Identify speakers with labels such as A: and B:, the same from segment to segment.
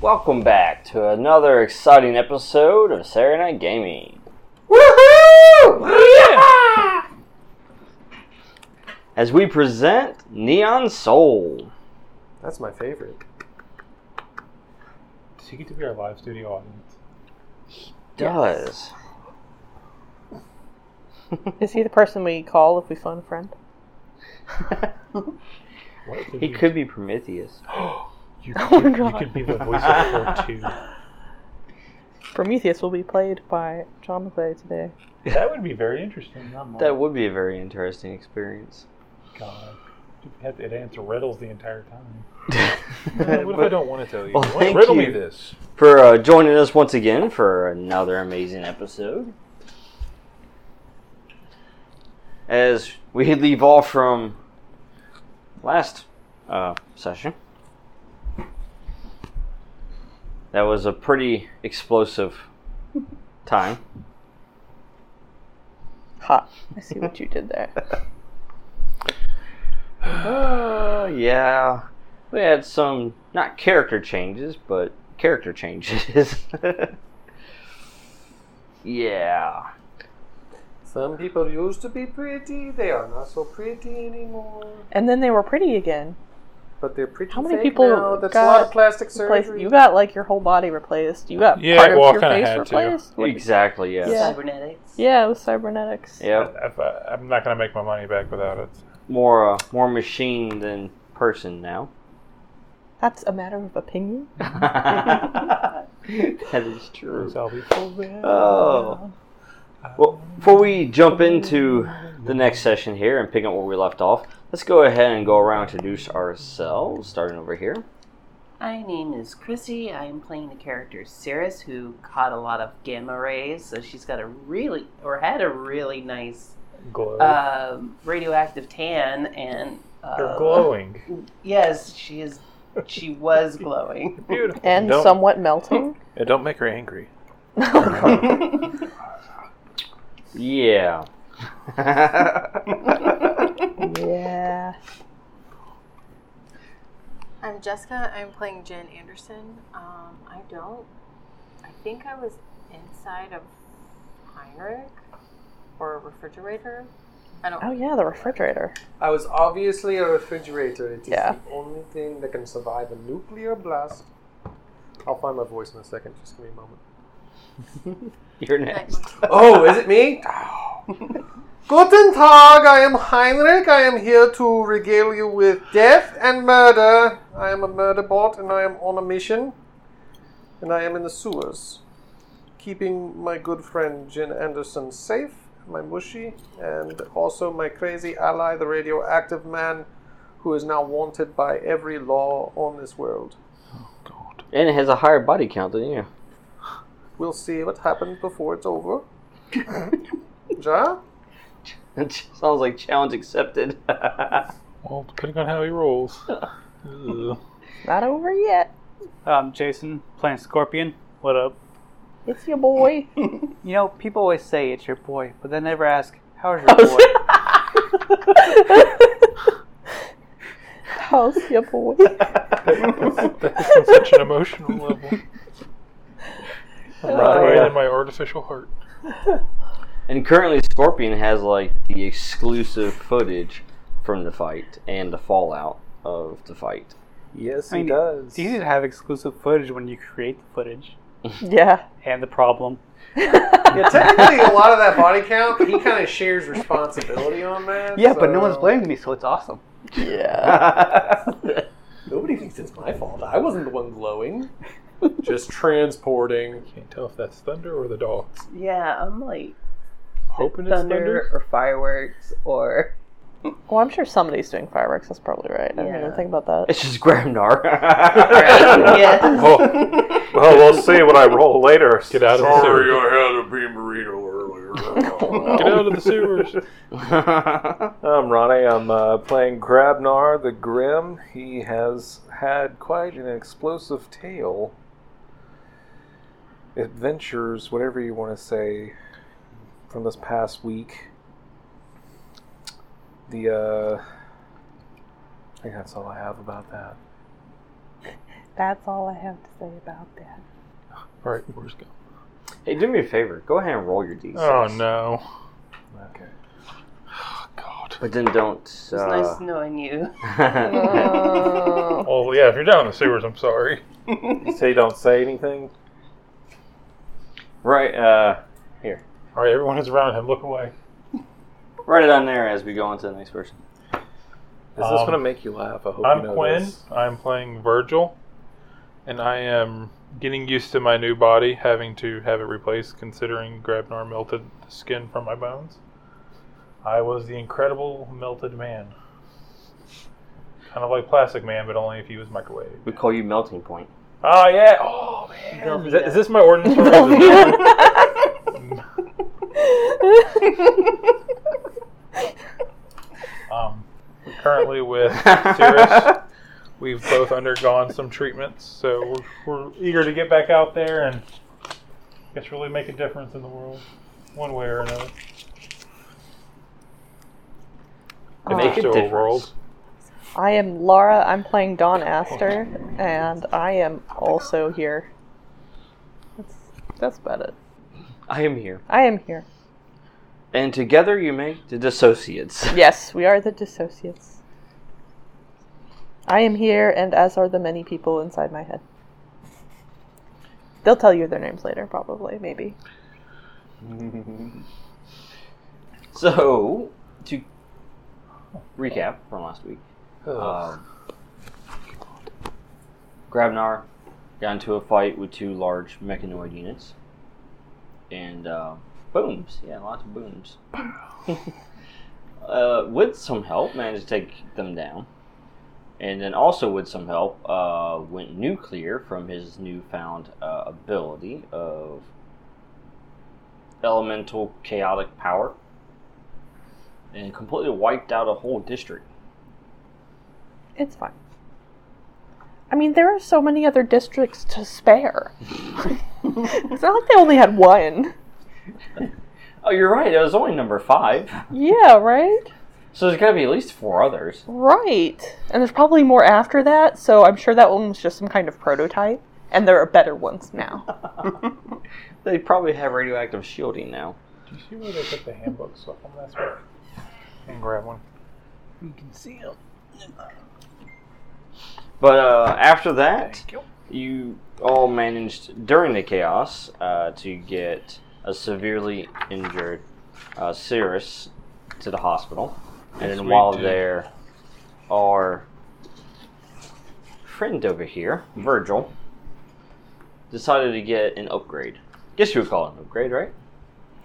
A: Welcome back to another exciting episode of Saturday Night Gaming.
B: Woohoo!
A: As we present Neon Soul.
B: That's my favorite.
C: Does he get to be our live studio audience?
A: Does.
D: Is he the person we call if we phone a friend?
C: What if
A: he could be Prometheus.
C: You
D: Oh
C: could,
D: my
C: you
D: God.
C: could be the voice of her too.
D: Prometheus will be played by John McClay today.
C: That would be very interesting. Oh Not
A: That would be a very interesting experience.
C: God. You have to answer riddles the entire time.
B: what if I don't want to tell you?
A: Well,
B: Why-
A: thank
B: riddle
A: you.
B: me this.
A: for uh, joining us once again for another amazing episode. As we leave off from last uh, session, that was a pretty explosive time.
D: Ha! I see what you did there.
A: Uh, yeah, we had some not character changes, but character changes. yeah.
B: Some people used to be pretty. They are not so pretty anymore.
D: And then they were pretty again.
B: But they're pretty.
D: How many
B: fake
D: people
B: now. That's a
D: got
B: lot of plastic
D: Replace-
B: surgery.
D: you got like your whole body replaced. You got
C: Yeah,
D: part
C: well, I
D: of your
C: kinda
D: face
C: had to.
D: replaced. What-
A: Exactly. Yes.
D: Yeah.
E: Cybernetics.
D: Yeah, it was cybernetics.
A: Yep.
C: If I, I'm not going to make my money back without it.
A: More uh, more machine than person now.
D: That's a matter of opinion.
A: that is true.
C: So I'll be
A: Oh. Well, before we jump into the next session here and pick up where we left off, let's go ahead and go around and introduce ourselves, starting over here.
E: My name is Chrissy. I am playing the character Cirrus, who caught a lot of gamma rays, so she's got a really, or had a really nice
C: glow.
A: Uh,
E: um radioactive tan, and uh,
C: You're glowing.
E: Yes, she is. She was glowing.
C: Beautiful.
D: And
C: Don't-
D: somewhat melting.
C: Yeah, don't make her angry.
A: Yeah.
D: yeah.
F: I'm Jessica. I'm playing Jen Anderson. Um, I don't. I think I was inside of Heinrich or a refrigerator. I don't.
D: Oh yeah, the refrigerator.
B: I was obviously a refrigerator. It is
D: Yeah.
B: the only thing that can survive a nuclear blast. I'll find my voice in a second. Just give me a moment.
A: You're
F: Like,
A: next.
B: Oh, is it me? Guten Tag, I am Heinrich. I am here to regale you with death and murder. I am a murder bot and I am on a mission. And I am in the sewers. Keeping my good friend Jen Anderson safe, my mushy, and also my crazy ally, the radioactive man, who is now wanted by every law on this world.
A: And it has a higher body count than you.
B: We'll see what happens before it's over. ja?
A: It sounds like challenge accepted.
C: Well, depending on how he rolls. Ugh.
D: Not over yet.
G: Um, Jason, playing Scorpion. What up?
D: It's your boy.
G: You know, people always say it's your boy, but they never ask, how's your boy?
D: How's your boy?
C: That's on such an emotional level. I'm right
A: Oh,
C: away in my artificial heart.
A: and currently, Scorpion has like the exclusive footage from the fight and the fallout of the fight.
B: Yes,
G: I mean, it's easy to have exclusive footage when you create the footage
D: yeah.
G: and the problem.
B: Yeah, technically, a lot of that body count, he kind of shares responsibility on that.
G: Yeah, but
B: so-
G: no one's blaming me, so it's awesome.
D: Yeah.
B: Nobody thinks it's my fault. I wasn't the one glowing. Just transporting.
C: Can't tell if that's thunder or the dogs.
E: yeah, I'm like
C: Hoping it's
E: thunder or fireworks or
D: Well, I'm sure somebody's doing fireworks. That's probably right. I didn't
E: Yeah.
D: even think about that.
A: It's just Gramnar.
E: yes.
C: Oh. Well, we'll see what I roll later. Get out of the sewer.
H: I had a bean burrito
C: Get out of the sewers.
I: I'm Ronnie. I'm uh, playing Grabnar the Grim. He has had quite an explosive tale. Adventures, whatever you want to say, from this past week. The, uh. I think that's all I have about that.
D: That's all I have to say about that.
C: All right, where's go?
A: Hey, do me a favor. Go ahead and roll your d6.
C: Oh no.
I: Okay.
C: Oh, God.
A: But then don't. uh,
E: It's nice knowing you.
D: Uh,
C: Well, Oh, yeah. If you're down in the sewers, I'm sorry.
I: You say don't say anything.
A: right. Uh,
C: All right, everyone is around him. Look away.
A: write it on there as we go on to the next person.
I: Is this
C: Um,
I: gonna make you laugh? I hope you
C: I'm
I: know
C: Quinn.
I: this.
C: I'm playing Virgil, and I am getting used to my new body, having to have it replaced, considering Grabnar melted the skin from my bones. I was the incredible melted man, kind of like Plastic Man, but only if he was microwave.
A: We call you melting point.
C: Oh yeah! Oh man! Is, that- is this my ordinance? for um, we're currently with Cirrus. We've both undergone some treatments, so we're, we're eager to get back out there and I guess really make a difference in the world, one way or another.
D: Uh,
A: Make a
C: Still
A: difference.
C: world.
D: I am Laura. I'm playing Don Astor, and I am also here. That's that's about it.
A: I am here.
D: I am here.
A: And together you make the dissociates.
D: Yes, we are the dissociates. I am here, and as are the many people inside my head. They'll tell you their names later, probably, maybe.
A: So, to recap from last week, um, Grabnar got into a fight with two large mechanoid units, and uh, booms. Yeah, lots of booms. uh, with some help, managed to take them down, and then also with some help, uh, went nuclear from his newfound uh, ability of elemental chaotic power and completely wiped out a whole district.
D: It's fine. I mean, there are so many other districts to spare. it's not like they only had one.
A: Oh, you're right. It was only number five,
D: Yeah, right?
A: so there's got to be at least four others.
D: Right. And there's probably more after that, so I'm sure that one was just some kind of prototype, and there are better ones now.
A: They probably have radioactive shielding now.
C: Do you see where they put the handbook stuff on last week? And grab one.
A: But uh, after that, you all managed during the chaos uh, to get a severely injured uh, Cirrus to the hospital, and
C: Yes,
A: then
C: we
A: while
C: did.
A: there, our friend over here, Virgil, decided to get an upgrade. Guess you would call it an upgrade, right?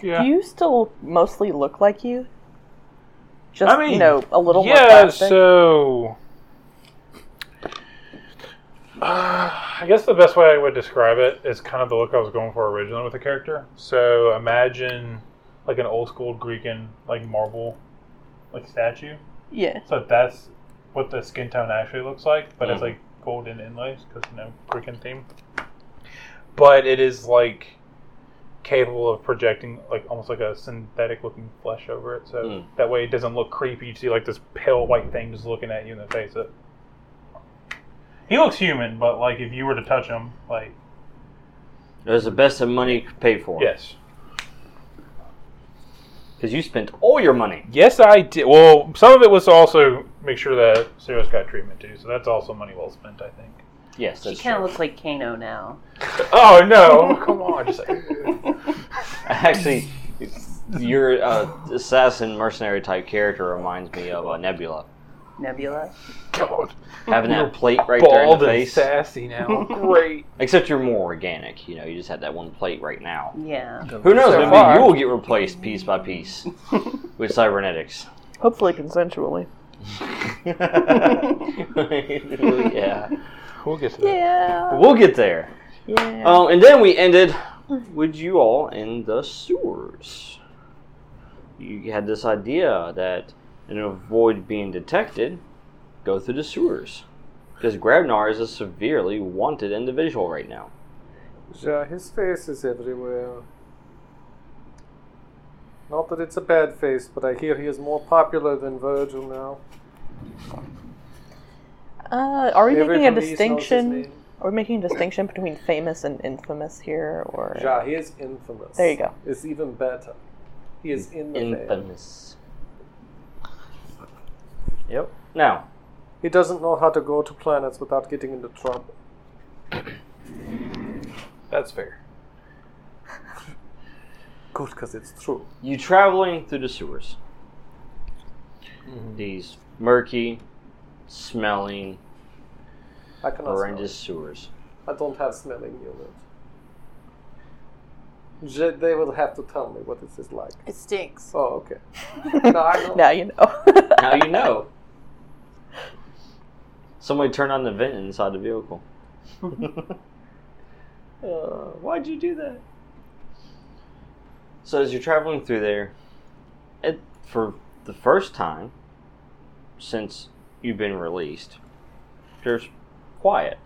C: Yeah.
D: Do you still mostly look like you? Just,
C: I mean,
D: you know, a little more
C: yeah,
D: plastic?
C: so. Uh, I guess the best way I would describe it is kind of the look I was going for originally with the character. So imagine like an old school Greek and like marble like statue.
D: Yeah.
C: So that's what the skin tone actually looks like, but it's like golden inlays because you know Greekin theme. But it is like capable of projecting like almost like a synthetic looking flesh over it, so
A: Mm.
C: that way it doesn't look creepy. You see like this pale white thing just looking at you in the face. It. He looks human, but like if you were to touch him, like
A: It was the best of money could pay for.
C: yes,
A: Because you spent all your money.
C: yes, I did. Well, some of it was to also make sure that Sarah's got treatment too, so that's also money well spent, I think.
A: Yes,
E: she
A: that's
E: kind of
A: true.
E: looks like Kano now.
C: Oh no! Come on, just like,
A: Actually, your uh, assassin mercenary type character reminds me of uh, Nebula.
E: Nebula.
C: God.
A: Having that plate right there in
I: Bald
A: the
I: and
A: face.
I: sassy now. Great.
A: Except you're more organic. You know, you just had that one plate right now.
E: Yeah.
A: Who knows?
D: So
A: maybe
D: far.
A: you will get replaced piece by piece with cybernetics.
D: Hopefully consensually.
A: yeah,
C: We'll get to that.
D: Yeah.
A: we'll get there.
D: Yeah.
A: Um, and then we ended with you all in the sewers. You had this idea that in avoid being detected, go through the sewers. Because Grabnar is a severely wanted individual right now.
B: Yeah, his face is everywhere. Not that it's a bad face, but I hear he is more popular than Virgil now.
D: Uh, are we making a Uh,
B: Everybody knows his
D: distinction?
B: name.
D: We're making a distinction between famous and infamous here, or
B: Ja, he is infamous.
D: There you go.
B: It's even better. He is in the fame.
A: Infamous. Yep. Now,
B: He doesn't know how to go to planets without getting into trouble.
I: That's fair.
B: Good, because it's true.
A: you traveling through the sewers. These murky, smelling,
B: I cannot smell.
A: horrendous sewers.
B: I don't have smelling units. J- they will have to tell me what this is like.
F: It stinks.
B: Oh, okay. No, I don't.
D: now you know.
A: Now you know. Somebody turned on the vent inside the vehicle. Uh, why'd you do that? So as you're traveling through there, it, for the first time since you've been released, there's quiet.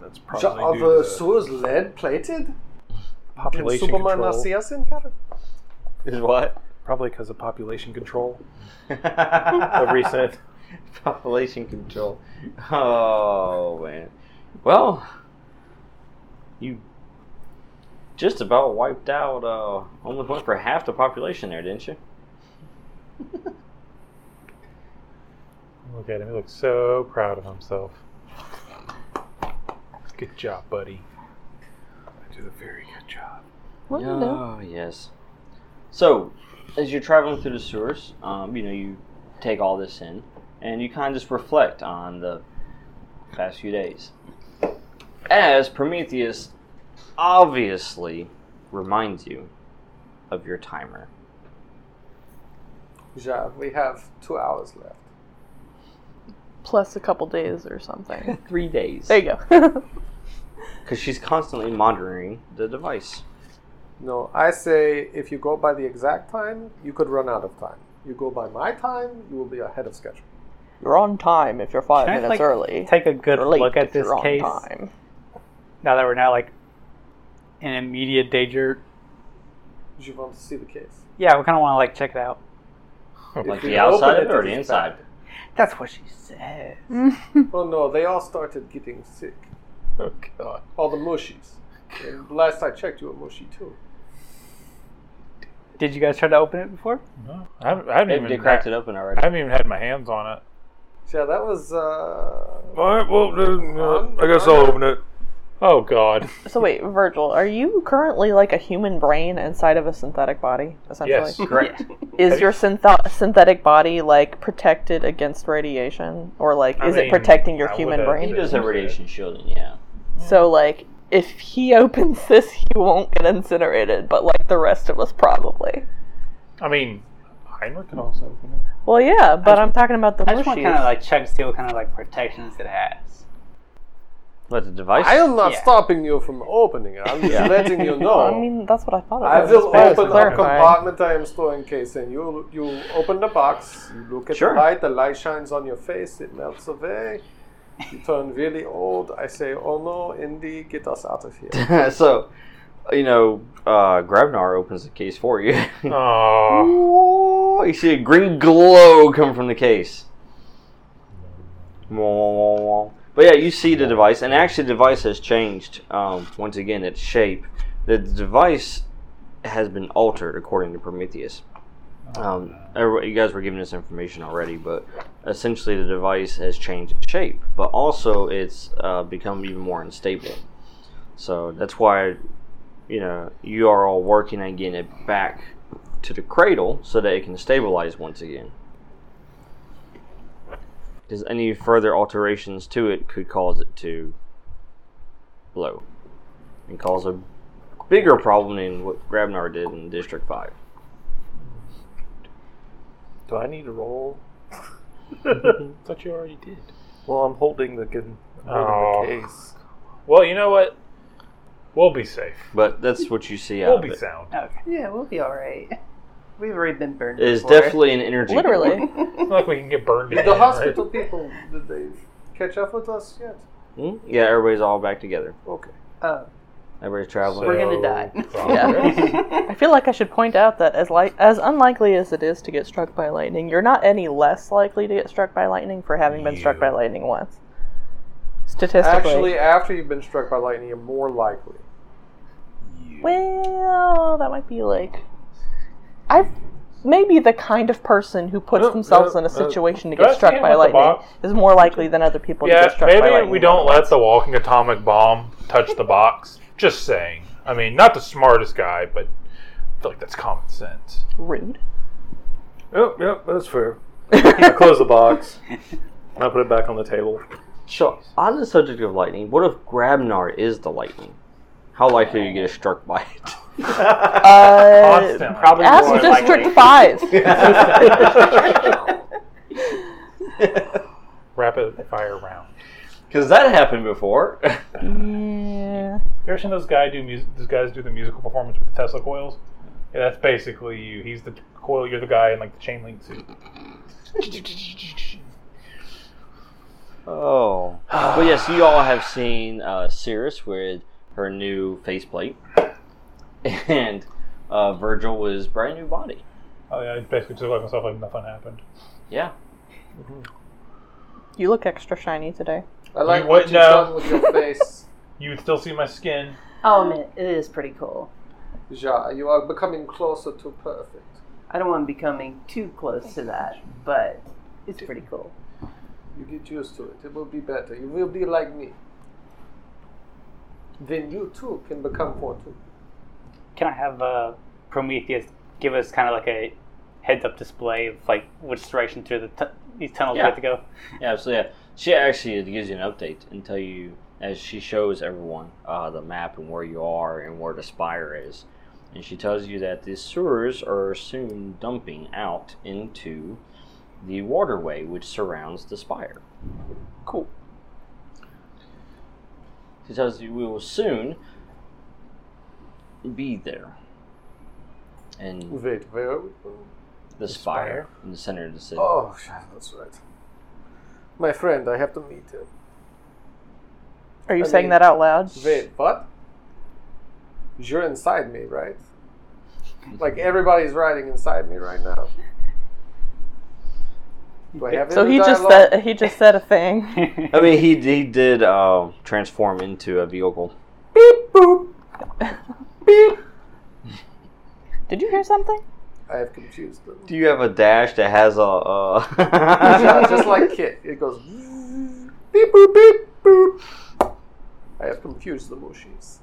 I: That's
B: Ja,
I: probably
B: are
I: due
B: the
I: to
B: sewers lead plated? Can
I: population
B: Superman not
I: control.
B: see us in here?
A: Is what?
I: Probably because of population control.
A: A
I: Of recent.
A: population control. Oh man. Well, you just about wiped out. Uh, almost went for half the population there, didn't you?
C: Look at him. He looks so proud of himself. Good job, buddy.
I: I did a very good job.
D: Well, you know.
A: Oh yes. So, as you're traveling through the sewers, um, you know you take all this in, and you kind of just reflect on the past few days. As Prometheus obviously reminds you of your timer.
B: Ja, we have two hours left.
D: Plus a couple days or something.
A: Three days.
D: There you go.
A: Because she's constantly monitoring the device.
B: No, I say if you go by the exact time, you could run out of time. You go by my time, you will be ahead of schedule.
D: You're on time if you're five
G: Can I,
D: minutes
G: like,
D: early.
G: Take a good
D: You're late
G: look
D: if
G: at this
D: you're on
G: case.
D: time.
G: Now that we're not like in immediate danger.
B: You want to see the case?
G: Yeah, we kind of want to like check it out.
A: Like
B: we
A: the outside
B: open
A: of it or
B: it
A: the
B: is
A: inside?
G: That's what she said.
B: Oh no, they all started getting sick.
I: Oh god.
B: All the mushies. And last I checked, you were mushy too.
G: Did you guys try to open it before?
C: No, I haven't, I haven't
A: They've
C: even
A: they cracked
C: had-
A: it open
C: I
A: already.
C: haven't even had my hands on it.
B: Yeah, that was. uh...
I: All right, well, then, uh, I guess I'll open it.
C: Oh God!
D: So wait, Virgil, are you currently like a human brain inside of a synthetic body? Essentially,
C: Yes,
A: Correct.
D: is your syntho- synthetic body like protected against radiation, or like
C: I
D: is
C: mean,
D: it protecting your
C: I
D: human
C: would've-
A: He
D: brain?
A: does have radiation shielding, yeah.
D: So like, if he opens this, he won't get incinerated, but like the rest of us probably.
C: I mean, Heinrich can also open it.
D: Well, yeah, but I'm talking about the
G: I just want to kind
D: mushies.
G: of like check to see what kind of like protections it has.
A: But the device.
B: I am not
G: Yeah.
B: stopping you from opening. I'm just letting you know.
D: I mean, that's what I thought. Of
B: I
D: it.
B: will
D: That was
B: open the
D: clarifying.
B: compartment I am storing case in. You you open the box, you look at
A: Sure.
B: the light, the light shines on your face, it melts away. You turn really old. I say, oh no, Indy, get us out of here.
A: so, you know, uh, Grabnar opens the case for you.
C: Oh,
A: Whoa, you see a green glow come from the case. But yeah, you see the device, and actually, the device has changed. Um, once again, its shape. The device has been altered according to Prometheus. Um, everybody- you guys were given this information already, but essentially, the device has changed its shape, but also it's uh, become even more unstable. So that's why, you know, you are all working on getting it back to the cradle so that it can stabilize once again. Because any further alterations to it could cause it to blow and cause a bigger problem than what Grabnar did in District 5.
I: Do I need to roll?
C: thought you already did.
I: Well, I'm holding the, gun- I'm holding the
C: Oh.
I: case.
C: Well, you know what? We'll be safe.
A: But that's what you see
C: We'll
A: out
C: be
A: of it.
C: sound.
G: Okay.
E: Yeah, we'll be all right. We've already been burned.
A: It is
E: before.
A: definitely an energy.
D: Literally,
C: It's not like we can get burned.
B: Did
C: in
B: the
C: right?
B: hospital people did they catch up with us yet?
A: Hmm? Yeah, everybody's all back together.
B: Okay.
E: Oh,
A: Everybody's traveling.
E: We're gonna die.
D: I feel like I should point out that as li- as unlikely as it is to get struck by lightning, you're not any less likely to get struck by lightning for having been struck by lightning once. Statistically.
B: Actually, after you've been struck by lightning, you're more likely.
D: well, that might be like I've maybe the kind of person who puts
C: No,
D: themselves
C: no,
D: in a
C: no.
D: situation to
C: Go
D: get
C: ahead,
D: struck
C: stand
D: by
C: with the
D: lightning
C: box.
D: is more likely than other people to
C: Yeah,
D: get struck by
C: maybe
D: lightning.
C: we don't let the walking atomic bomb touch the box. Just saying. I mean, not the smartest guy, but I feel like that's common sense.
D: rude.
I: Yep, yep, that's fair. I close the box. I put it back on the table.
A: So, on the subject of lightning, what if Grabnar is the lightning? How likely are you get struck by it?
D: Uh,
C: Constantly.
A: Probably
D: ask
A: more
D: District Five.
C: Rapid fire round.
A: Because that happened before.
D: yeah.
C: You ever seen those guy do music? Those guys do the musical performance with Tesla coils. Yeah, that's basically you. He's the coil. You're the guy in like the chain link suit.
A: Oh. Well, yes, you all have seen uh, Cirrus with her new faceplate, and uh, Virgil was brand new body.
C: Oh yeah, I basically just let myself like nothing happened.
A: Yeah.
D: You look extra shiny today.
B: I like
C: You
B: what
C: would
B: you've
C: know.
B: done with your face.
C: You would still see my skin.
E: Oh man, it is pretty cool.
B: Ja, you are becoming closer to perfect.
E: I don't want to be coming too close to that, but it's pretty cool.
B: You get used to it. It will be better. You will be like me. Then you too can become fortune.
G: Can I have uh, Prometheus give us kind of like a heads-up display of like which direction through the t- these tunnels we
A: Yeah.
G: have to go?
A: Yeah, absolutely. Yeah. She actually gives you an update and tell you as she shows everyone uh, the map and where you are and where the spire is, and she tells you that the sewers are soon dumping out into the waterway which surrounds the spire.
G: Cool.
A: She tells you we will soon be there. And
B: Wait, where are we?
A: the spire in the center of the city.
B: Oh, yeah, that's right. My friend, I have to meet him.
D: Are you
B: I
D: saying
B: mean-
D: that out loud?
B: Wait, what? You're inside me, right? Like everybody's riding inside me right now. Do I have
D: So
B: any
D: he just
B: dialogue?
D: said he just said a thing.
A: I mean, he he did uh, transform into a vehicle.
D: Did you hear something?
B: I have confused them.
A: Do you have a dash that has a? Uh...
B: Yeah, just like Kit, it goes beep boop beep boop. I have confused the mushies.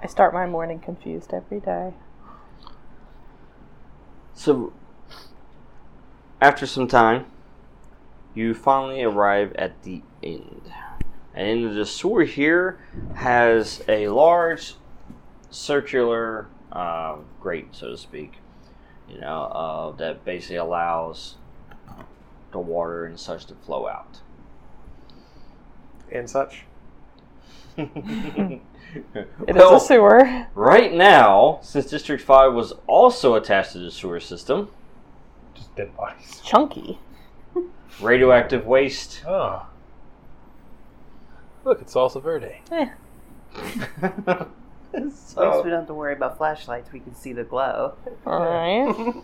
D: I start my morning confused every day.
A: So, after some time, you finally arrive at the end. And the sewer here has a large circular uh, grate, so to speak, you know, uh, that basically allows the water and such to flow out.
B: And such.
D: It is
A: Well,
D: a sewer.
A: right now, since District 5 was also attached to the sewer system,
C: Just dead bodies.
D: Chunky.
A: radioactive waste
C: Oh. Look, it's salsa verde.
E: At least we don't have to worry about flashlights. We can see the glow.
D: Alright.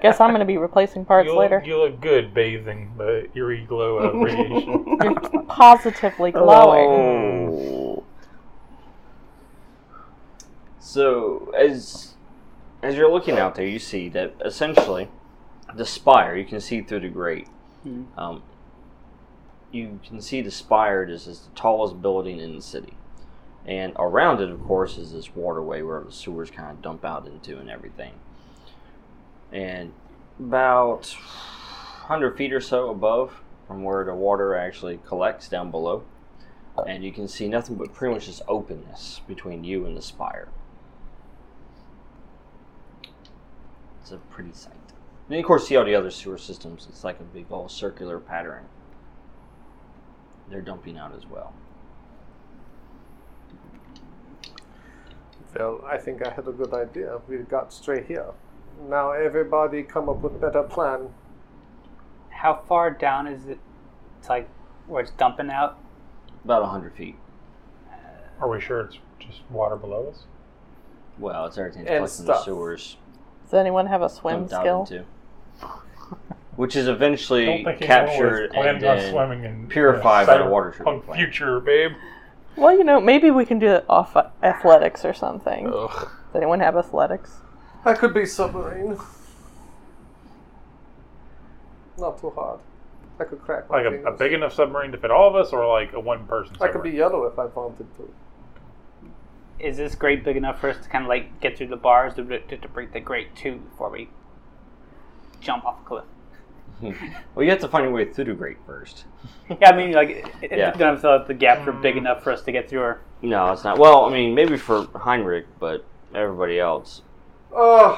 D: Guess I'm gonna be replacing parts
C: You
D: later.
C: look, you look good bathing the eerie glow of radiation.
D: You're positively glowing.
A: Oh. So as as you're looking out there, you see that essentially the spire. You can see through the grate. Um, you can see the spire is, is the tallest building in the city, and around it, of course, is this waterway where the sewers kind of dump out into and everything. And about hundred feet or so above from where the water actually collects down below, and you can see nothing but pretty much just openness between you and the spire. It's a pretty sight. And you, of course, see all the other sewer systems. It's like a big old circular pattern. They're dumping out as well.
B: Well, I think I had a good idea. We got straight here. Now everybody come up with better plan.
G: How far down is it? It's like where it's dumping out.
A: About 100 feet.
C: Are we sure it's just water below us?
A: Well, it's everything's
I: And
A: collected in the
I: stuff.
A: sewers.
D: Does anyone have a swim
A: Don't dive
D: skill?
A: into. Which is
C: I
A: eventually
C: don't think
A: captured and
C: planning on
A: then
C: swimming in
A: purified by the water treatment
C: On
A: plant.
C: future, babe.
D: Well, you know, maybe we can do it off uh, athletics or something.
I: Ugh.
D: Does anyone have athletics?
B: That could be submarine. Not too hard. I could crack my
C: Like a, a
B: fingers.
C: big enough submarine to fit all of us, or like a one person
B: I
C: submarine?
B: could be yellow if I wanted to.
G: Is this grate big enough for us to kind of like get through the bars to, to, to break the grate too before we jump off a cliff?
A: Well, you have to find your way through the grate first.
G: Yeah, I mean, like, it,
A: Yeah.
G: it, don't feel like the gaps are
C: Mm.
G: big enough for us to get through. Or
A: No, it's not. Well, I mean, maybe for Heinrich, but everybody else.
B: Oh,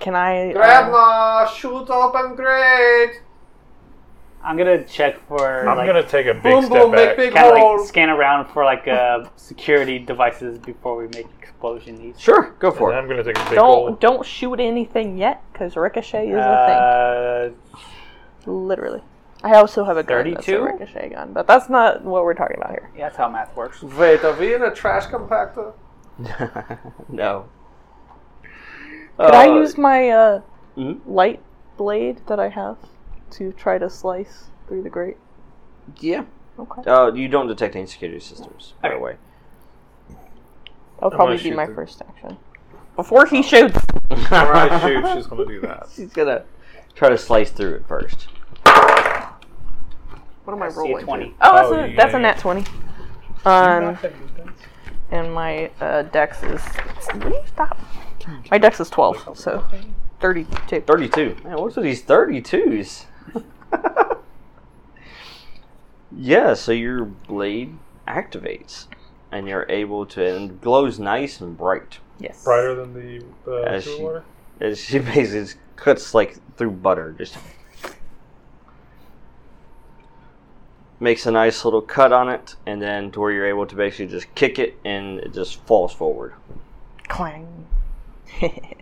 D: Can I? uh,
B: Grandma, shoot open grade!
G: I'm gonna check for.
C: I'm
G: like,
C: gonna take a big
B: Boom,
C: step
B: boom, make
C: back.
B: big
G: kind of
B: hole.
G: like scan around for like uh, security devices before we make explosion.
A: Sure, go
C: and
A: for it.
C: I'm gonna take a big
D: don't
C: hole.
D: don't shoot anything yet, because ricochet is a
G: Uh,
D: thing. Literally. I also have a gun that's a
G: 32?
D: ricochet gun, but that's not what we're talking about here.
G: yeah, that's how math works.
B: Wait, are we in a trash compactor?
A: no.
D: Could I use my uh,
A: Mhm.
D: light blade that I have to try to slice through the grate?
A: Yeah.
D: Okay.
A: Uh, you don't detect any security systems, by the
G: Okay.
A: way.
D: That'll probably be
I: shoot
D: my
I: the-
D: first action. Before he shoots,
I: When I shoot, she's gonna do that.
A: She's gonna try to slice through it first.
D: what am I
G: See a
D: rolling?
G: twenty.
D: Oh, that's
C: Oh,
D: a
C: yeah,
D: that's a
C: yeah.
D: nat twenty. Um, and my uh, dex is. Will you stop? My dex is twelve, so thirty-two.
A: 32. Man, what's with these 32s? yeah, so your blade activates and you're able to, and it glows nice and bright
D: Yes.
C: Brighter than the uh,
A: As
C: sewer
A: she-
C: water.
A: as she basically just cuts like through butter. Just makes a nice little cut on it, and then to where you're able to basically just kick it and it just falls forward.
D: Clang.
C: Do you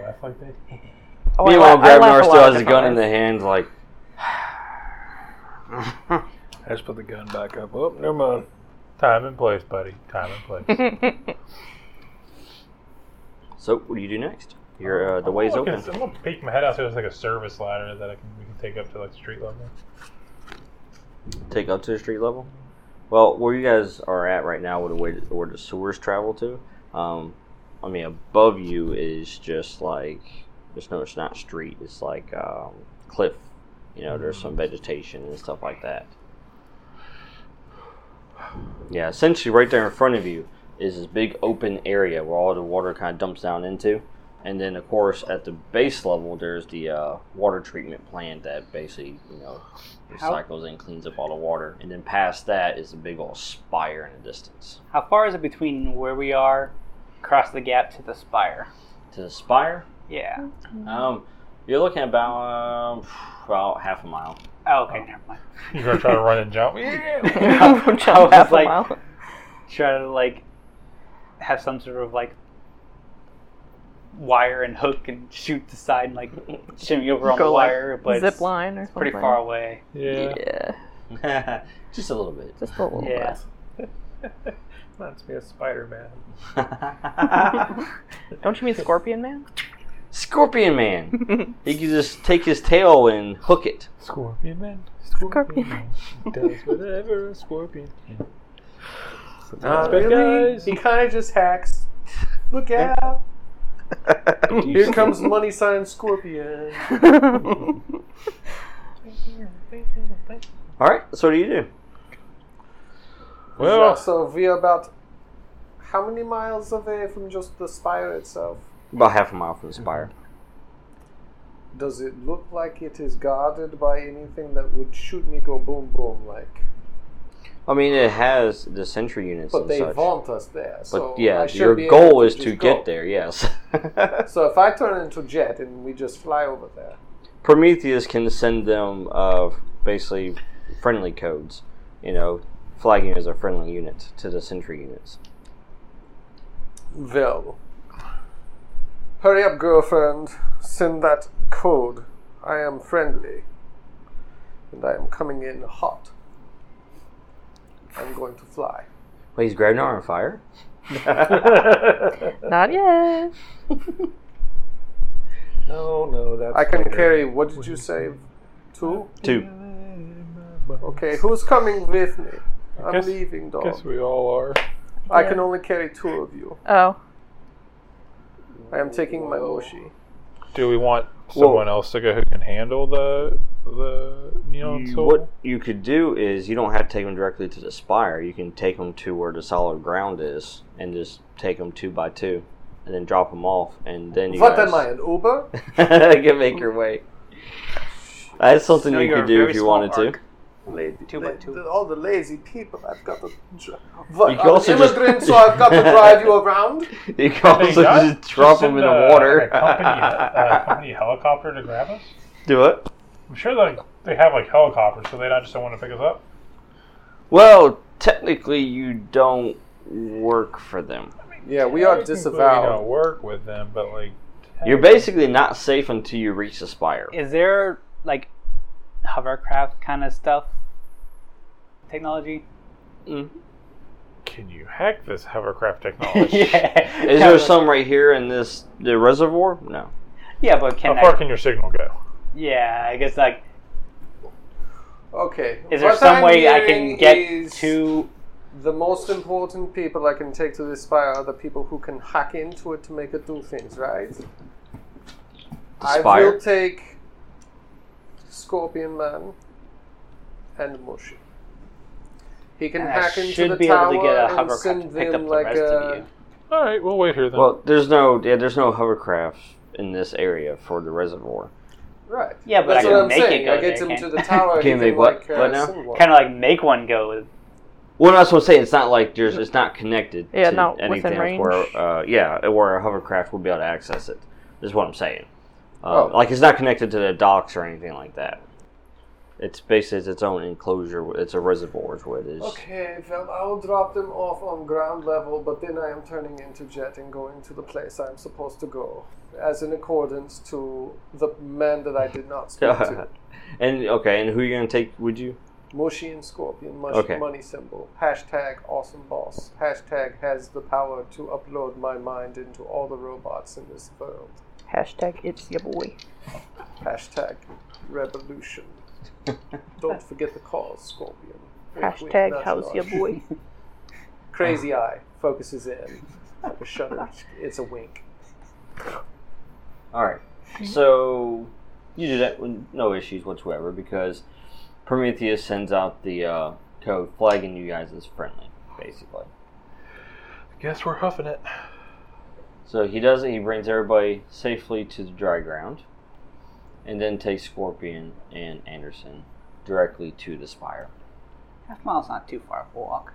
C: laugh like that?
D: Oh, I
A: Meanwhile,
D: laugh- I laugh
A: Grabnar
D: a
A: still
D: lot
A: has a
D: at
A: gun in
D: different
A: the hand, like,
I: I just put the gun back up. Oh, never mind.
C: Time and place, buddy. Time and place.
A: so what do you do next? Your uh, the
C: I'm
A: way's
C: looking-
A: open.
C: I'm gonna peek my head out so there's like a service ladder that I can we can take up to like street level.
A: Take up to the street level. Well, where you guys are at right now, where the way where the sewers travel to, um, I mean, above you is just like there's no, it's not street. It's like um, cliff. You know, there's some vegetation and stuff like that. Yeah, essentially, right there in front of you is this big open area where all the water kind of dumps down into, and then of course at the base level there's the uh, water treatment plant that basically you know recycles and cleans up all the water, and then past that is a big old spire in the distance.
G: Uh, How far is it between where we are, across the gap to the spire?
A: To the spire,
G: Yeah.
B: Mm-hmm.
A: um, you're looking at about um, about half a mile.
G: Oh, okay, never mind.
C: You're gonna try to run and jump.
D: Jump
G: I was
D: half a
G: like-
D: mile.
G: Try to like have some sort of like wire and hook and shoot the side and like shimmy over on
D: Go,
G: the
D: like,
G: wire, but
D: zip
G: it's
D: line or something.
G: pretty far away.
C: Yeah.
D: Yeah.
A: Just a little bit.
D: just a little
G: Yeah.
I: Reminds me of Spider Man.
D: bit. Don't you mean Scorpion Man?
A: Scorpion Man. he can just take his tail and hook it.
C: Scorpion man.
D: Scorpion.
C: man. He does whatever a scorpion can.
A: Uh,
B: Not
C: Bad
B: really.
C: guys.
B: He kind of just hacks. Look out! Here comes money sign scorpion.
A: All right. So what do you do?
C: Well-
B: Yeah, so we are about how many miles away from just the spire itself?
A: About half a mile from
B: Mm-hmm.
A: the spire.
B: Does it look like it is guarded by anything that would shoot me go boom boom like?
A: I mean, it has the sentry units
B: But
A: and
B: they
A: such.
B: want us there. So
A: but
B: I
A: yeah,
B: should
A: your
B: be
A: goal
B: able
A: is
B: just
A: to
B: go.
A: get there. Yes.
B: So if I turn into jet and we just fly over there,
A: Prometheus can send them uh, basically friendly codes. You know, flagging as a friendly unit to the sentry units.
B: well, hurry up, girlfriend. Send that code. I am friendly, and I am coming in hot. I'm going to fly.
A: Wait, is Grabnar on fire?
D: Not yet.
I: no, no, that's.
B: I can
I: later.
B: carry, what did you say? Two?
A: Two.
B: Okay, who's coming with me? I'm
C: Guess-
B: leaving, dog.
C: Guess we all are.
B: I can only carry two of you.
D: Oh,
B: I am taking my Moshi.
C: Do we want someone else to go who can handle the the neon
A: You-
C: soul?
A: what you could do is you don't have to take them directly to the spire. You can take them to where the solid ground is and just take them two by two, and then drop them off, and then you
B: What
A: guys
B: am I, an Uber?
A: can make your way. That's something
G: So
A: you
G: you're
A: could
G: a
A: do
G: very
A: if you
G: small
A: wanted
G: orc.
A: to.
B: Lady,
G: Two by
B: la-
G: two.
B: the- all the lazy people I've got to. Dr- what,
A: You
B: you
A: can also
B: I'm an
A: just-
B: immigrant, so I've got to drive you around.
A: You can also
C: guys,
A: just drop them
C: send
A: in the
C: a-
A: water.
C: A company, uh, a company helicopter to grab us.
A: do it.
C: I'm sure they they have like helicopters, so they not just don't want to pick us up.
A: Well, technically, you don't work for them.
B: Yeah, we are
C: Technically, We don't
B: disavowed.
C: work with them, but like
A: You're basically not safe until you reach the spire.
G: Is there like hovercraft kind of stuff technology?
A: Mm.
C: can you hack this hovercraft technology?
G: yeah.
A: Is there some right here in this the reservoir? No.
G: Yeah, but can
C: How far
G: I-
C: can your signal go?
G: Yeah, I guess like
B: Okay.
G: is there
B: what
G: some
B: I'm
G: way I
B: hearing
G: can get
B: is
G: to
B: The most important people I can take to this fire are the people who can hack into it to make it do things, right? I
A: spire?
B: will take Scorpion Man and Mushi. He can
G: and I
B: hack into the
G: should be
B: tower
G: able to get a
B: and
G: hovercraft to
B: send
G: pick up
B: them
G: the
B: like
G: rest
B: a.
G: of you.
C: All right, we'll wait here then.
A: Well, there's no yeah, there's no hovercraft in this area for the reservoir.
B: Right.
G: Yeah, but
B: That's
G: I
B: what
G: can
B: I'm
G: make
B: saying.
G: it go
B: I get
G: there,
B: him to
G: can't-
B: the tower.
A: Can
B: he
A: they
B: can,
A: what-
B: like, uh,
A: what now?
B: send one.
G: Kind of like make one go with
A: Well, that's what I'm saying. It's not like there's it's not connected
D: Yeah,
A: to
D: not within
A: anything else
D: range.
A: where uh, yeah, where a hovercraft will be able to access it. Is what I'm saying. Uh,
B: Oh.
A: Like it's not connected to the docks or anything like that. It's basically it's its own enclosure. It's a reservoir. Is what it is.
B: Okay, well, I'll drop them off on ground level, but then I am turning into jet and going to the place I'm supposed to go, as in accordance to the man that I did not speak to.
A: and okay, and who are you gonna take? Would you?
B: Moshi and Scorpion, mush,
A: Okay.
B: money symbol. Hashtag awesome boss. Hashtag has the power to upload my mind into all the robots in this world.
D: hashtag it's your boy.
B: Hashtag revolution. Don't forget the cause, Scorpion. Wink, wink,
D: Hashtag
B: nudge,
D: how's your
B: nudge.
D: boy?
B: Crazy eye focuses in. Like a shudder. It's a wink.
A: All right.
D: Mm-hmm.
A: So you do that with no issues whatsoever because Prometheus sends out the uh, code flagging you guys as friendly, basically.
C: guess we're huffing it.
A: So he does it. He brings everybody safely to the dry ground, and then takes Scorpion and Anderson directly to the spire.
G: half mile's not too far of a walk.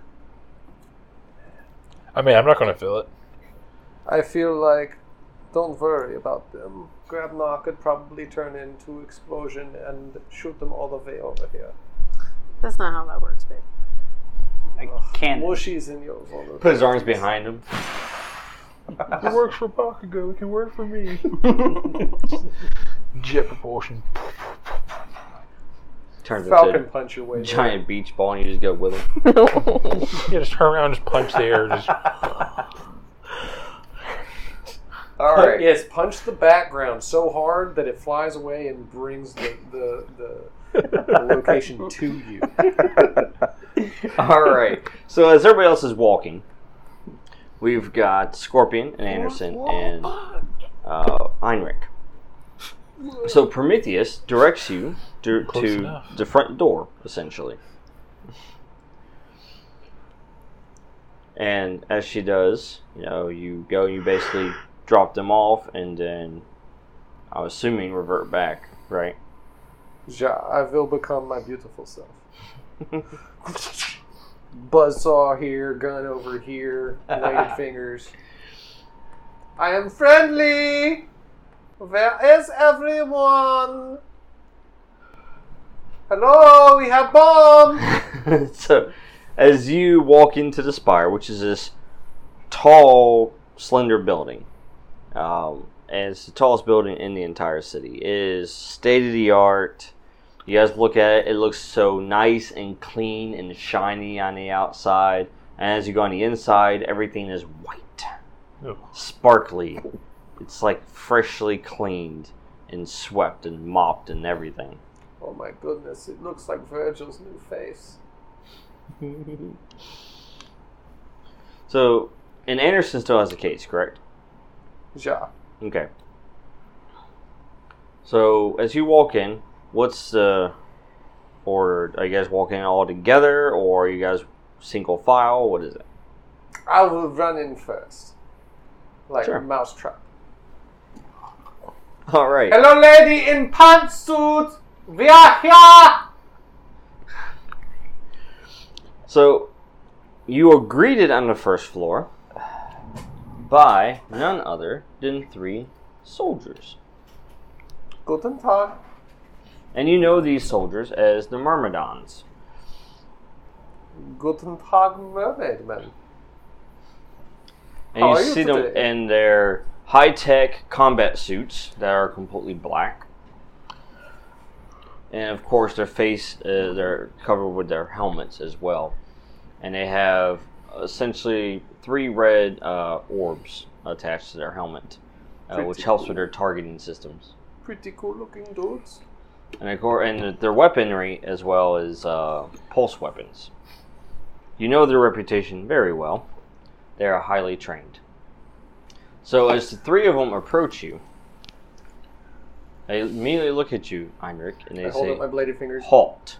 C: I mean, I'm not going to fill it.
B: I feel like don't worry about them. Grabnar could probably turn into explosion and shoot them all the way over here.
F: That's not how that works, babe.
G: I can't
B: Mushi's in your vulnerable.
A: Put his arms behind him.
C: It works for Bakugo. It can work for me. Jet propulsion.
A: Turns
B: Falcon
A: into
B: punch your
A: a
B: way.
A: giant beach ball, and you just go with him.
C: Yeah, just turn around, and just punch the air. Just
B: All
A: right.
B: Yes, punch the background so hard that it flies away and brings the the, the, the location to you.
A: All right. So as everybody else is walking, we've got Scorpion and Anderson and uh, Heinrich. So Prometheus directs you to,
C: Close
A: to
C: enough.
A: the front door, essentially. And as she does, you know, you go, you basically drop them off, and then I'm assuming revert back, right?
B: Ja, I will become my beautiful self. Buzzsaw here, gun over here, united fingers. I am friendly! Where is everyone? Hello, we have bomb!
A: so, as you walk into the spire, which is this tall, slender building, um, and it's the tallest building in the entire city, it is state of the art. You guys look at it, it looks so nice and clean and shiny on the outside. And as you go on the inside, everything is white,
C: Ugh.
A: sparkly. It's like freshly cleaned and swept and mopped and everything.
B: Oh my goodness, it looks like Virgil's new face.
A: So, and Anderson still has a case, correct?
B: Ja.
A: Okay. So as you walk in, what's the order? Are you guys walking all together, or are you guys single file? What is it?
B: I will run in first. Like
A: Sure.
B: a mousetrap.
A: All right.
B: Hello, lady in pantsuit! We are here!
A: So you are greeted on the first floor by none other than three soldiers,
B: Guten Tag.
A: and you know these soldiers as the Myrmidons.
B: Guten Tag, mermaid man.
A: And
B: How are
A: you
B: you
A: see them
B: today?
A: in their high tech combat suits that are completely black. And of course, their face, uh, they're covered with their helmets as well. And they have essentially three red uh, orbs attached to their helmet, uh, which
B: Pretty
A: helps
B: cool.
A: with their targeting systems.
B: Pretty cool looking dudes.
A: And, of course, and their weaponry as well is uh, pulse weapons. You know their reputation very well. They are highly trained. So as the three of them approach you, they immediately look at you, Heinrich, and they
B: I hold
A: say,
B: up my bloody fingers.
A: "Halt!"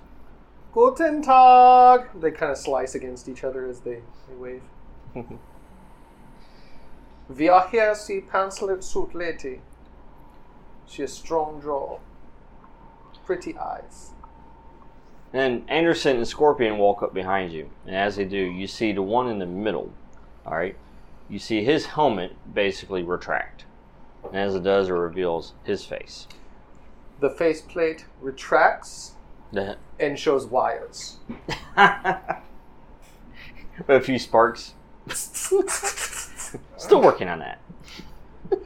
B: Guten Tag! They kind of slice against each other as they, they wave. we are here, see Pantsuit suit lady. She has strong jaw, pretty eyes.
A: Then Anderson and Scorpion walk up behind you, and as they do, you see the one in the middle. All right, you see his helmet basically retract, and as it does, it reveals his face.
B: The faceplate retracts
A: The-
B: and shows wires.
A: a few sparks. Still working on that. and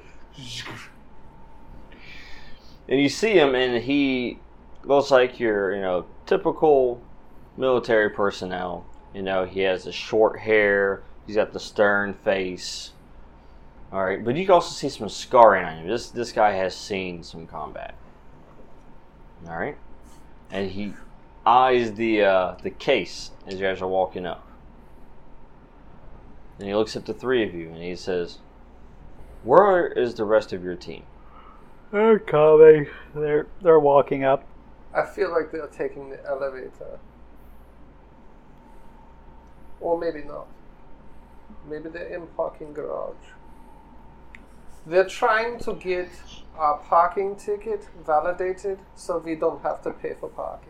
A: you see him, and he looks like your, you know, typical military personnel. You know, he has the short hair. He's got the stern face. All right, but you can also see some scarring on him. This this guy has seen some combat. All right, and he eyes the uh, the case as you guys are walking up. And he looks at the three of you and he says, Where is the rest of your team?
C: Oh,
G: They're coming. They're they're walking up.
B: I feel like they are taking the elevator. Or maybe not. Maybe they're in parking garage. They're trying to get our parking ticket validated so we don't have to pay for parking.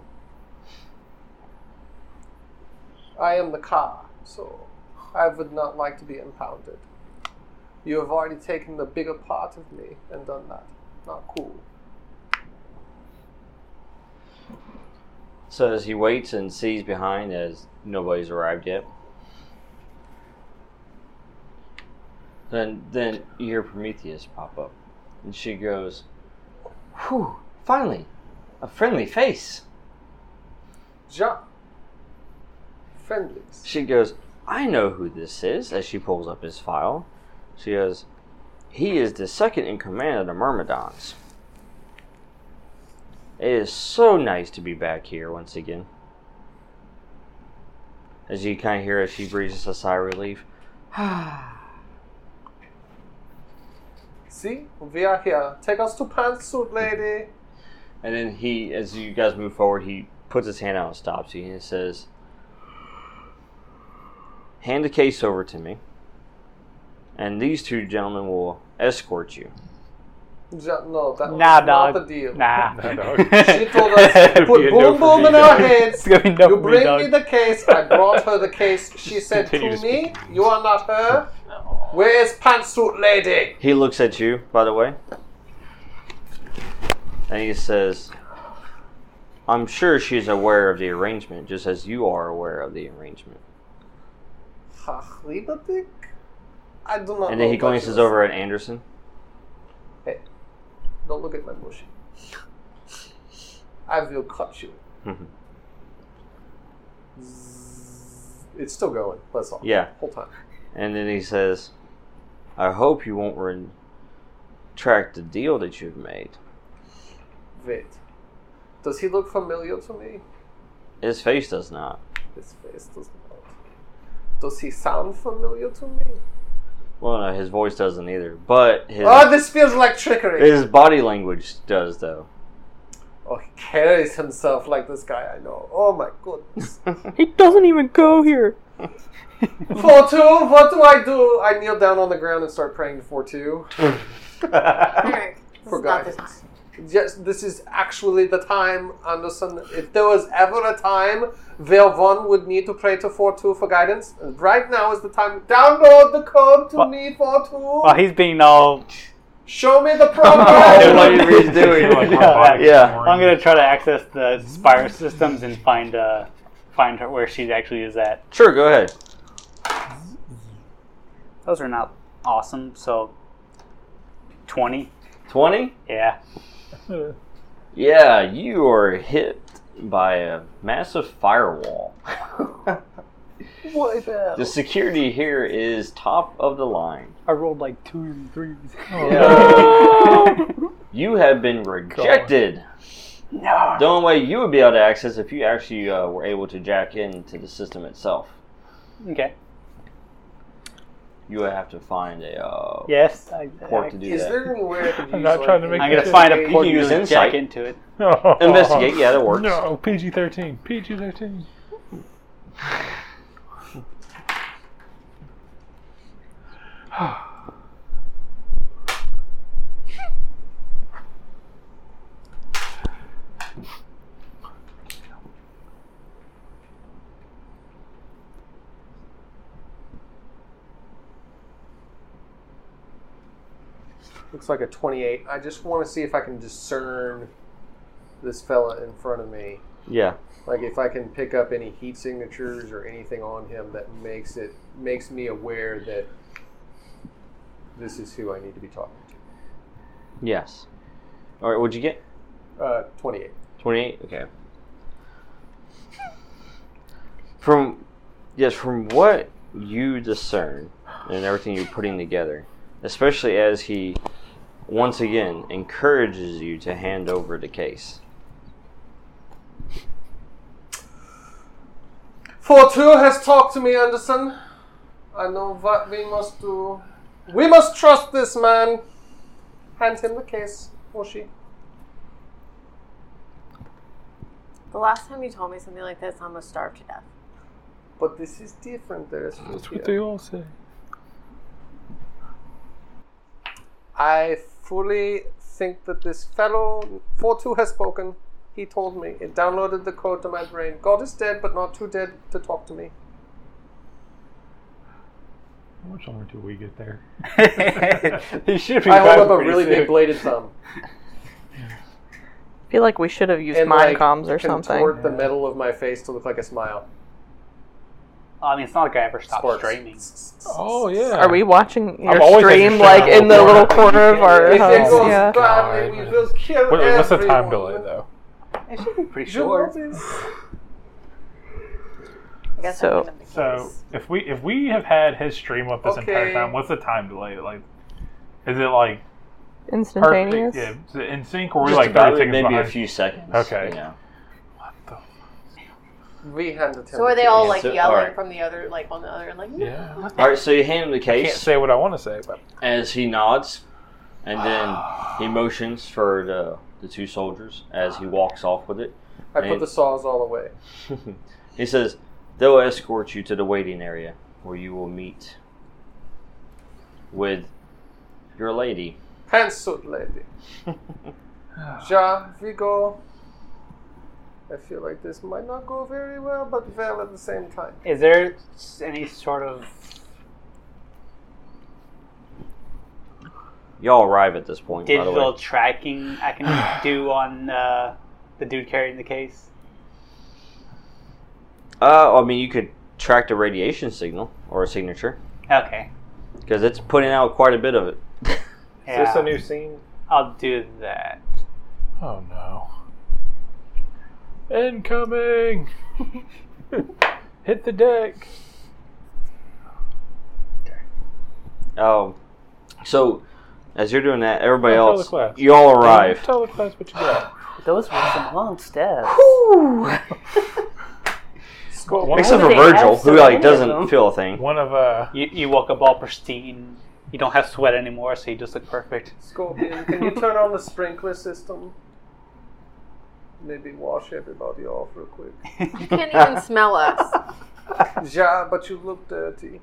B: I am the car, so I would not like to be impounded. You have already taken the bigger part of me and done that. Not cool.
A: So as he waits and sees behind as nobody's arrived yet. Then then you hear Prometheus pop up. And she goes, Whew, finally, a friendly face.
B: Ja. Friendlies.
A: She goes, I know who this is, as she pulls up his file. She goes, He is the second in command of the Myrmidons. It is so nice to be back here once again. As you kind of hear as she breathes a sigh of relief.
B: See, we are here. Take us to pantsuit, lady.
A: And then he, as you guys move forward, he puts his hand out and stops you and says, Hand the case over to me, and these two gentlemen will escort you.
B: Ja, no, that
G: Nah,
B: was
G: dog.
B: not the deal.
G: Nah.
C: Nah, dog.
B: She told us,
G: It'd be
B: put
C: a
B: boom
C: no for
B: boom
C: me,
B: in our
C: dog.
B: heads.
G: gonna be no
B: You
G: for me,
B: bring
G: dog.
B: me the case. I brought her the case. She said
C: continue
B: to
C: to
B: me,
C: speak.
B: "You are not her. Where's pantsuit, lady?"
A: He looks at you, by the way, and he says, I'm sure she's aware of the arrangement, just as you are aware of the arrangement.
B: Ach, lieber Dick. I do not.
A: And then
B: know
A: he
B: about
A: glances
B: you.
A: over at Anderson.
B: Don't look at my bush. I will cut you.
A: Mhm.
B: Zzz. it's still going. That's all.
A: Yeah.
B: Whole time.
A: And then he says, I hope you won't retract the deal that you've made.
B: Wait. Does he look familiar to me?
A: His face does not.
B: His face does not. Does he sound familiar to me?
A: Well, no, his voice doesn't either. But his,
B: Oh, this feels like trickery.
A: his body language does, though.
B: Oh, he carries himself like this guy I know. Oh my goodness.
D: He doesn't even go here.
B: Four two, what do I do? I kneel down on the ground and start praying to four two.
F: Eric, this
B: For
F: is not
B: guys.
F: the time.
B: Yes, this is actually the time, Anderson. If there was ever a time where one would need to pray to four two for guidance, right now is the time. Download the code to
G: Well-
B: me, four
G: Well,
B: two.
G: he's being all.
B: Show me the
A: They're
B: program.
A: like, what he's doing.
G: Like
A: Yeah.
G: robotic
A: yeah.
G: I'm gonna try to access the Spire systems and find uh, find her where she actually is at.
A: Sure, go ahead.
G: Those are not awesome. So twenty.
A: 20?
G: Yeah.
A: Yeah, you are hit by a massive firewall.
G: What?
A: The security here is top of the line.
G: I rolled like two and threes.
A: You have been rejected.
G: no.
A: The only way you would be able to access if you actually uh, were able to jack into the system itself.
G: Okay.
A: You would have to find a uh,
G: Yes. I,
A: port to do
B: Is
A: that.
B: there anywhere I could
C: I'm
B: use,
C: not
B: like,
C: trying to make
G: I'm
C: it
G: gonna find a port
A: You can use
G: to
A: insight.
G: jack into it.
A: Investigate, yeah, that works.
C: No, PG 13. PG 13.
B: Looks like a 28. I just want to see if I can discern this fella in front of me.
A: Yeah.
B: Like if I can pick up any heat signatures or anything on him that makes it makes me aware that this is who I need to be talking
A: Yes. All right. What'd you get?
B: to. Uh, 28.
A: Twenty-eight. Okay. From yes, from what you discern and everything you're putting together, especially as he once again encourages you to hand over the case.
B: Four two has talked to me, Anderson. I know what we must do. We must trust this man. Hand him the case, or she.
F: The last time you told me something like this, I almost starved to death.
B: But this is different. There's
C: That's what they all say.
B: I fully think that this fellow 42 has spoken. He told me. It downloaded the code to my brain. God is dead, but not too dead to talk to me.
C: How much longer till we get there?
G: he should be.
B: I hold
G: driving
B: up a
G: pretty
B: really
G: soon.
B: big bladed thumb.
D: I feel like we should have used
B: and
D: mind
B: like,
D: comms or
B: contort
D: something.
B: the metal of my face to look like a smile.
G: I mean, it's not like I ever stopped
B: Sparks.
G: streaming.
C: Oh, yeah.
D: Are we watching
C: I'm
D: your
C: always
D: stream
C: interested
D: like
C: in
D: in the
C: the
D: little corner of our
B: If it
D: house?
B: goes
D: Yeah.
B: badly, we
C: God.
B: will kill
C: What, what's the time
B: everyone.
C: delay, though?
G: It should be pretty
B: You
G: short.
B: notice?
F: I guess
D: So-
F: I'm the
C: So
F: case.
C: if we if we have had his stream up this entire
B: Okay.
C: time, what's the time delay? Like, is it like perfect?
D: Instantaneous.
C: Yeah, is it in sync or we're
A: Just
C: like
A: about
C: thirty
A: it,
C: seconds
A: maybe
C: behind?
A: a few seconds.
C: Okay.
A: You know.
B: We handed him.
F: So are
B: the
F: they all
B: case.
F: like
A: So-
F: yelling
A: alright.
F: from the other, like on the other, end, like no.
C: Yeah,
A: All right. So you hand him the
C: I can't
A: case
C: say what I want to say, but
A: as he nods, and then he motions for the the two soldiers as he walks off with it.
B: I put the saws all away.
A: He says, They'll escort you to the waiting area where you will meet with your lady.
B: Pantsuit lady. ja, we go. I feel like this might not go very well, but well at the same time.
G: Is there s- any sort of
A: Y'all arrive at this point, by the
G: digital
A: way.
G: tracking I can do on uh, the dude carrying the case?
A: Uh, I mean, you could track the radiation signal or a signature
G: Okay.
A: because it's putting out quite a bit of it.
I: Is this
G: Yeah.
I: a new scene?
G: I'll do that.
C: oh no, Incoming! Hit the deck.
A: Oh, so as you're doing that, everybody
C: Don't tell
A: else,
C: the class.
A: you all arrive.
C: Tell the class what you got.
E: Those were some long steps.
C: One,
A: Except for
E: Why do they
A: Virgil,
E: have so
A: who like
E: many of
A: doesn't
E: them?
A: feel a thing.
C: one of uh,
G: You, you woke up all pristine. You don't have sweat anymore, so you just look perfect.
B: Scorpion, can you turn on the sprinkler system? Maybe wash everybody off real quick.
F: You can't even smell us.
B: Yeah, but you look dirty.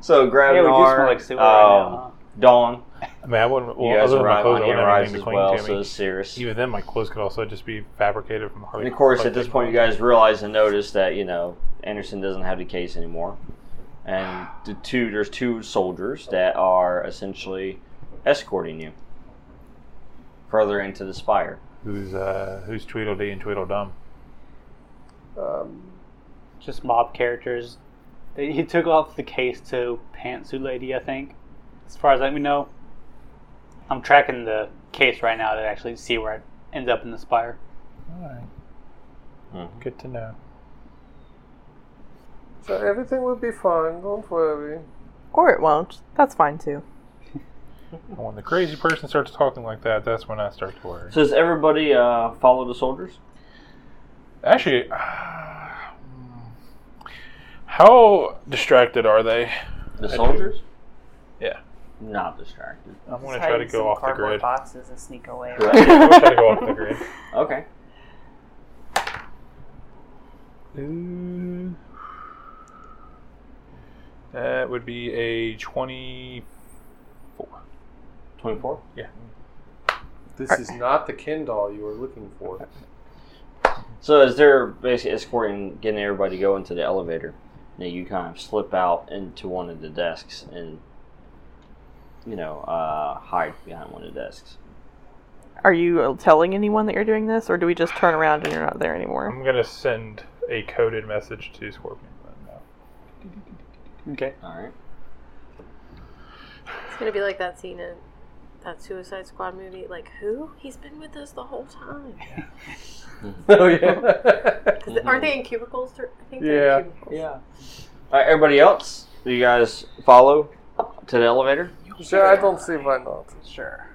A: So grab
G: yeah,
A: an
G: we do smell
A: arm,
G: like sewer
A: um,
G: right now.
A: Dawn.
C: I mean, I wouldn't. Well,
A: you guys
C: other than my
A: arrive.
C: clothes, I
A: Anya
C: wouldn't have
A: arrives
C: anything
A: as
C: to cling
A: well,
C: to. I
A: so
C: mean,
A: it's serious.
C: even then, my clothes could also just be fabricated from hard.
A: And of course,
C: hard
A: at this point, you guys realize and notice that you know Anderson doesn't have the case anymore, and the two there's two soldiers that are essentially escorting you further into the spire.
C: Who's uh, who's Tweedledee and Tweedledum?
B: Um,
G: Just mob characters. They, he took off the case to Pantsuit Lady, I think. As far as I know, I'm tracking the case right now to actually see where it ends up in the spire.
C: All right.
A: Mhm.
C: Good to know.
B: so everything will be fine, don't worry.
D: Or it won't. That's fine too.
C: And when the crazy person starts talking like that, that's when I start to worry.
A: So does everybody uh, follow the soldiers?
C: Actually, uh, hmm. how distracted are they?
A: The
C: do.
A: soldiers?
C: Yeah.
A: Not distracted.
C: I'm
E: Just
C: gonna try
E: hide
C: to
E: in some
C: go off the
E: cardboard
C: grid.
E: Boxes and sneak away.
A: Correct.
C: I'm gonna try to go off the grid.
A: okay.
C: Ooh. That would be a 24.
A: Twenty-four.
C: Yeah.
B: This is not the Ken doll you were looking for.
A: So as they're basically escorting, getting everybody to go into the elevator, now you kind of slip out into one of the desks and, you know, uh, hide behind one of the desks.
D: Are you telling anyone that you're doing this, or do we just turn around and you're not there anymore?
C: I'm going to send a coded message to Scorpion right now.
G: Okay.
A: All right.
F: It's gonna be like that scene in that Suicide Squad movie. Like, who? He's been with us the whole time.
B: oh, yeah.
F: 'Cause aren't they in cubicles? They're- I think
B: Yeah.
F: they're in cubicles.
G: Yeah.
A: All right, everybody else, do you guys follow to the elevator?
B: sure, I don't see why not.
G: Sure.